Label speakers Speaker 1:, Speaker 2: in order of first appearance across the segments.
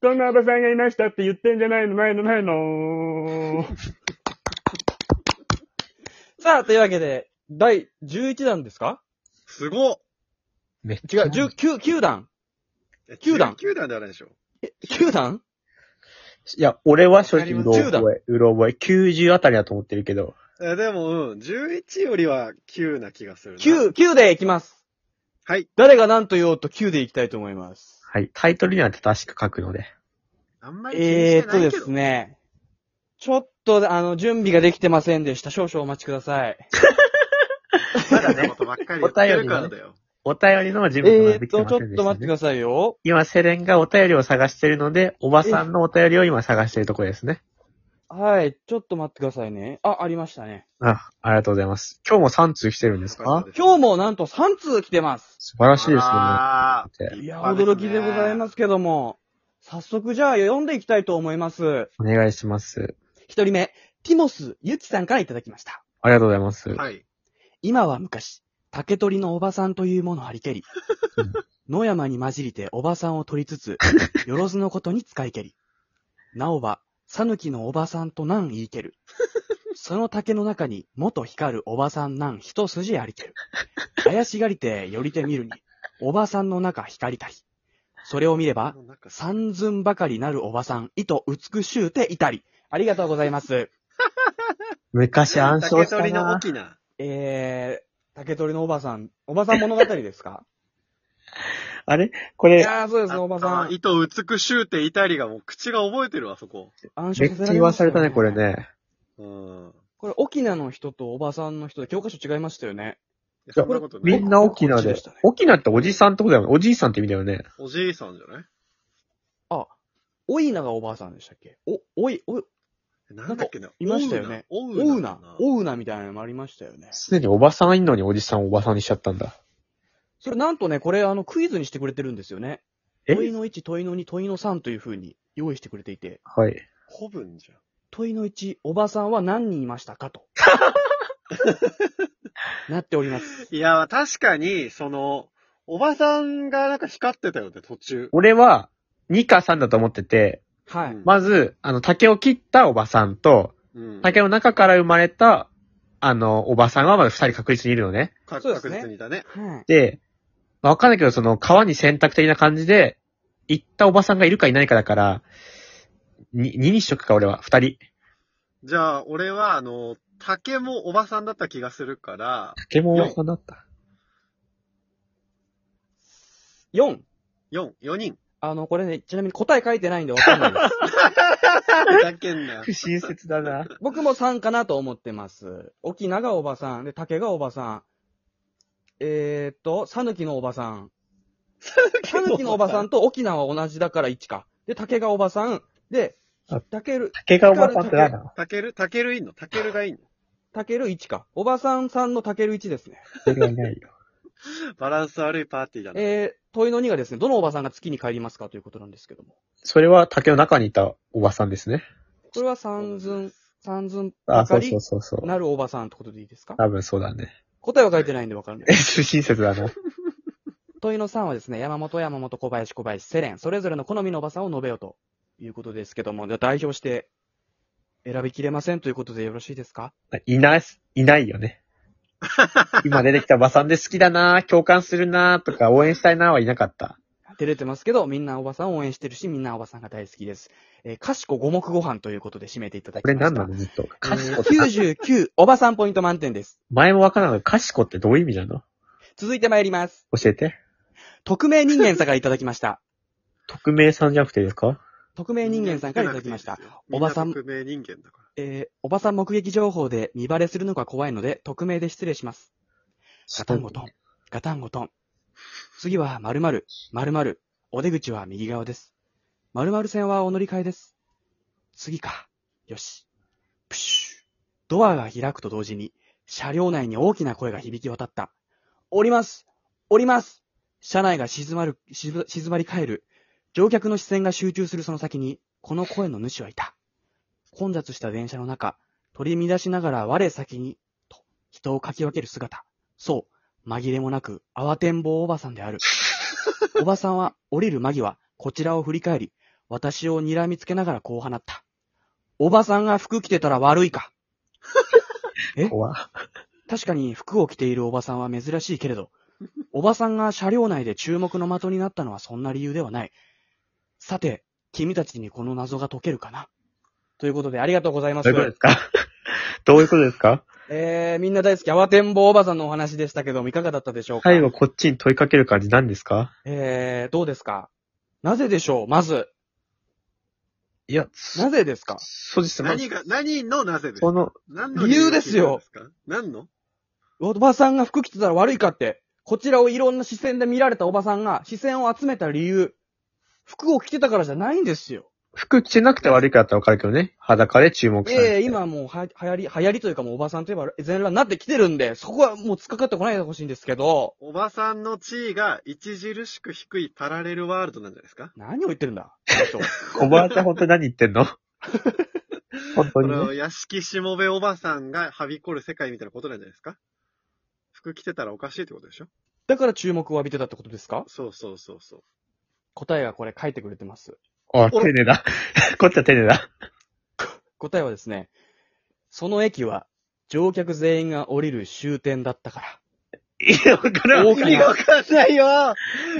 Speaker 1: こんなおばさんがいましたって言ってんじゃないの、ないの、ないの。
Speaker 2: さあ、というわけで、第11弾ですか
Speaker 3: すごっ
Speaker 4: めっ
Speaker 2: 違う、19、9弾九段
Speaker 3: 九段ではないでしょ。
Speaker 2: ?9 弾
Speaker 4: いや、俺は正直、うろ
Speaker 2: 10だ
Speaker 4: 覚え、うろ覚え、90あたりだと思ってるけど。
Speaker 3: え、でも、うん、11よりは9な気がするな。
Speaker 2: ?9、9でいきます。
Speaker 3: はい。
Speaker 2: 誰が何と言おうと9でいきたいと思います。
Speaker 4: はい。タイトルには正しく書くので。
Speaker 3: あんまり気に
Speaker 2: えーっと
Speaker 3: してない
Speaker 2: で
Speaker 3: けど
Speaker 2: す。ね。ちょっと、あの、準備ができてませんでした。少々お待ちください。
Speaker 3: まだね、ことばっかり言ってるからだよ。
Speaker 4: お便りの準備が
Speaker 2: えー
Speaker 4: で
Speaker 2: っ
Speaker 4: きて
Speaker 2: と、
Speaker 4: ま
Speaker 2: ちょ
Speaker 4: せん
Speaker 2: っ
Speaker 4: でした、
Speaker 2: と
Speaker 4: ね。
Speaker 2: 待ってくださいよ。
Speaker 4: 今、セレンがお便りを探してるので、おばさんのお便りを今探してるとこですね。
Speaker 2: はい、ちょっと待ってくださいね。あ、ありましたね。
Speaker 4: あ、ありがとうございます。今日も3通来てるんですか
Speaker 2: 今日
Speaker 3: も
Speaker 2: もなんと3通来てます。
Speaker 4: 素晴らしいですね。
Speaker 3: あー
Speaker 2: いや、驚きでございますけども。早速じゃあ読んでいきたいと思います。
Speaker 4: お願いします。
Speaker 2: 一人目、ティモス・ユキさんからいただきました。
Speaker 4: ありがとうございます。
Speaker 3: はい。
Speaker 2: 今は昔、竹取のおばさんというものを張り蹴り
Speaker 4: うん、
Speaker 2: 野山に混じりておばさんを取りつつ、よろずのことに使い蹴り。なおば、さぬきのおばさんとなん言いける。その竹の中に、元光るおばさんなん一筋ありける。怪しがりて寄りて見るに、おばさんの中光りたり。それを見れば、
Speaker 3: なんかさ
Speaker 2: 三寸ばかりなるおばさん、いと美しゅうていたり。ありがとうございます。
Speaker 4: 昔暗唱
Speaker 3: 竹
Speaker 4: した
Speaker 3: 取の
Speaker 4: な
Speaker 3: 沖縄。
Speaker 2: えー、竹取のおばさん、おばさん物語ですか
Speaker 4: あれこ
Speaker 2: い
Speaker 4: れ、
Speaker 2: やー、そうですね、おばさ
Speaker 3: あ
Speaker 2: ん。
Speaker 3: 糸美しゅうていたりがもう口が覚えてるわ、そこ。
Speaker 2: 暗
Speaker 4: め
Speaker 2: 唱
Speaker 4: っち
Speaker 2: さ
Speaker 4: ゃ
Speaker 2: れ
Speaker 4: 言
Speaker 2: ま
Speaker 4: わ
Speaker 2: し
Speaker 4: さ
Speaker 2: たよ
Speaker 4: れたね、これ。ね。
Speaker 3: うん。
Speaker 2: これ、沖縄の人とおばさんの人で教科書違いましたよね。
Speaker 3: いやそんなことな
Speaker 4: み
Speaker 3: い
Speaker 4: ん。な沖縄
Speaker 2: こっ
Speaker 4: で
Speaker 2: ちでしたね。
Speaker 4: 沖縄っておじさんってことだよね。おじいさんって意味だよね。
Speaker 3: おじいさんじゃない
Speaker 2: おいながおばあさんでしたっけお、おい、おい、
Speaker 3: なんだっけな。
Speaker 2: いましたよね
Speaker 3: おうな。
Speaker 2: おうな、
Speaker 3: う
Speaker 2: おうなみたいなのもありましたよね。
Speaker 4: すでにおばさんいんのにおじさんをおばさんにしちゃったんだ。
Speaker 2: それなんとね、これ、あの、クイズにしてくれてるんですよね。
Speaker 4: え
Speaker 2: 問いの1、問いの2、問いの3という風に用意してくれていて、
Speaker 4: はい。
Speaker 3: ほぶんじゃん。
Speaker 2: 問いの1、おばさんは何人いましたか と。なっております。
Speaker 3: いや、確かに、その、おばさんがなんか光ってたよね、途中。
Speaker 4: 俺は、2か3だと思ってて、
Speaker 2: はい。
Speaker 3: うん
Speaker 4: まず、あの、竹を切ったおばさんと、
Speaker 3: うん。
Speaker 4: 竹の中から生まれた、あの、おばさんはまだ2人確実にいるのね。
Speaker 3: か
Speaker 2: そうです
Speaker 3: 確
Speaker 2: ね
Speaker 3: 実にいたね。
Speaker 2: はい。
Speaker 4: で、まあわかんないけど、その、川に選択的な感じで、行ったおばさんがいるかいないかだから、に、2にしとくか、俺は。2人。
Speaker 3: じゃあ、俺は、あの、竹もおばさんだった気がするから、
Speaker 4: 竹もおばさんだった。
Speaker 2: 4。
Speaker 3: 4、4人。
Speaker 2: あの、これね、ちなみに答え書いてないんでわかんない です。
Speaker 3: ふざけんなよ。
Speaker 4: 親切だな。
Speaker 2: 僕も3かなと思ってます。沖縄がおばさん、で、竹がおばさん。えーっと、さぬきのおばさん。さぬきのおばさんと沖縄は同じだから1か。で、竹がおばさん。で
Speaker 4: あ、
Speaker 2: 竹る、
Speaker 4: 竹がおばさんってなんだ
Speaker 3: たける、たけるいんのたけるがいいの
Speaker 2: 竹る1か。おばさんさんの竹る1ですね。
Speaker 4: 竹がいないよ。
Speaker 3: バランス悪いパーティーだね。
Speaker 2: えー、問いの2がですね、どのおばさんが月に帰りますかということなんですけども。
Speaker 4: それは竹の中にいたおばさんですね。
Speaker 2: これは三寸、三寸ば
Speaker 4: あ、
Speaker 2: か
Speaker 4: そうそ
Speaker 2: り
Speaker 4: うそうそう。
Speaker 2: なるおばさんってことでいいですか
Speaker 4: 多分そうだね。
Speaker 2: 答えは書いてないんでわかんない。
Speaker 4: え、親切だな。
Speaker 2: 問いの3はですね、山本、山本、小林、小林、セレン、それぞれの好みのおばさんを述べようということですけども、じゃあ代表して選びきれませんということでよろしいですか
Speaker 4: いない、いないよね。今出てきたおばさんで好きだな共感するなとか応援したいなはいなかった。
Speaker 2: 照れてますけど、みんなおばさんを応援してるし、みんなおばさんが大好きです。えー、かしこ五目ご飯ということで締めていただき
Speaker 4: こ
Speaker 2: ま
Speaker 4: れ
Speaker 2: した。
Speaker 4: 何なのずっと。
Speaker 2: え
Speaker 4: かしこって、
Speaker 2: ー ?99、おばさんポイント満点です。
Speaker 4: 前もわからないかしこってどういう意味なの
Speaker 2: 続いて参ります。
Speaker 4: 教えて。
Speaker 2: 匿名人間さんからいただきました。
Speaker 4: 匿名さんじゃなくてですか
Speaker 2: 匿名人間さんからいただきました。。おばさん
Speaker 3: 匿名人間だか
Speaker 2: えー、おばさん目撃情報で見バレするのが怖いので、匿名で失礼します。ガタンゴトン、ガタンゴトン。次は〇〇、〇〇。お出口は右側です。〇〇線はお乗り換えです。次か。よし。プシュ。ドアが開くと同時に、車両内に大きな声が響き渡った。おりますおります車内が静まる、静静まり返る。乗客の視線が集中するその先に、この声の主はいた。混雑した電車の中、取り乱しながら我先に、と、人をかき分ける姿。そう、紛れもなく、 慌てんぼうおばさんである。おばさんは、降りる間際、こちらを振り返り、私を睨みつけながらこう放った。おばさんが服着てたら悪い か。え
Speaker 4: 怖
Speaker 2: 確かに服を着ているおばさんは珍しいけれど、おばさんが車両内で注目の的になったのはそんな理由ではない。さて、君たちにこの謎が解けるかなということで、ありがとうございま
Speaker 4: ど
Speaker 2: す
Speaker 4: ういう。ことですかどういうことですか
Speaker 2: えー、みんな大好き、慌てんぼうおばさんのお話でしたけども、いかがだったでしょうか
Speaker 4: 最後こっちに問いかける感じ何ですか
Speaker 2: えー、どうですかなぜでしょうまず、
Speaker 4: いや、
Speaker 2: なぜですか
Speaker 4: そうですね。まあ
Speaker 3: 何が、何のなぜです
Speaker 4: そ
Speaker 3: か
Speaker 4: の、
Speaker 3: 何の理由
Speaker 2: 理由ですよ
Speaker 3: が聞いたんですか。何の
Speaker 2: おばさんが服着てたら悪いかって、こちらをいろんな視線で見られたおばさんが視線を集めた理由、服を着てたからじゃないんですよ。
Speaker 4: 服着てなくて悪いかだったらわかるけどね。裸で注目されて。
Speaker 2: ええ今もうは、流行り、流行りというかもうおばさんといえば全裸になってきてるんで、そこはもう突っかかってこないでほしいんですけど、
Speaker 3: おばさんの地位が著しく低いパラレルワールドなんじゃないですか
Speaker 2: 何を言ってるんだこの人
Speaker 4: 小林さん本当に何言ってん の本当
Speaker 3: こ
Speaker 4: にね、
Speaker 3: の屋敷しもべおばさんがはびこる世界みたいなことなんじゃないですか服着てたらおかしいってことでしょ
Speaker 2: だから注目を浴びてたってことですか
Speaker 3: そうそうそうそう。
Speaker 2: 答えがこれ書いてくれてます。
Speaker 4: あ、丁寧だ。 こっちは丁寧だ。
Speaker 2: 答えはですね、その駅は乗客全員が降りる終点だったから。
Speaker 4: いや、わからん。
Speaker 2: 大きな
Speaker 3: 意味わかんないよ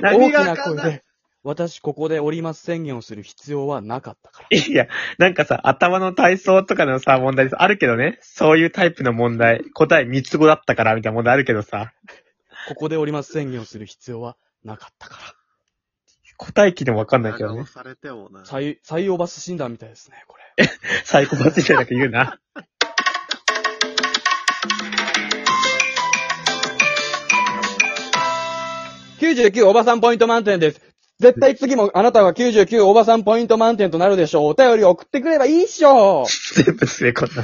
Speaker 2: 大
Speaker 3: 何
Speaker 2: き
Speaker 3: がわ
Speaker 2: な
Speaker 3: かん
Speaker 2: 声
Speaker 3: ない
Speaker 2: で、私ここで降ります宣言をする必要はなかったから。
Speaker 4: いや、なんかさ、頭の体操とかのさ、問題あるけどね。そういうタイプの問題。答え三つ子だったから、みたいな問題あるけどさ。
Speaker 2: ここで降ります宣言をする必要はなかったか
Speaker 4: 答え聞いてもわかんないけど
Speaker 3: 長
Speaker 4: ね
Speaker 3: 押。されてもな
Speaker 2: ら。。採、採用バス診断みたいですね、これ。
Speaker 4: サイコパスみたいなこと言うな。
Speaker 2: 99おばさんポイント満点です。絶対次もあなたは99おばさんポイント満点となるでしょう。お便りを送ってくればいいっしょ
Speaker 4: 全部すべこんなの。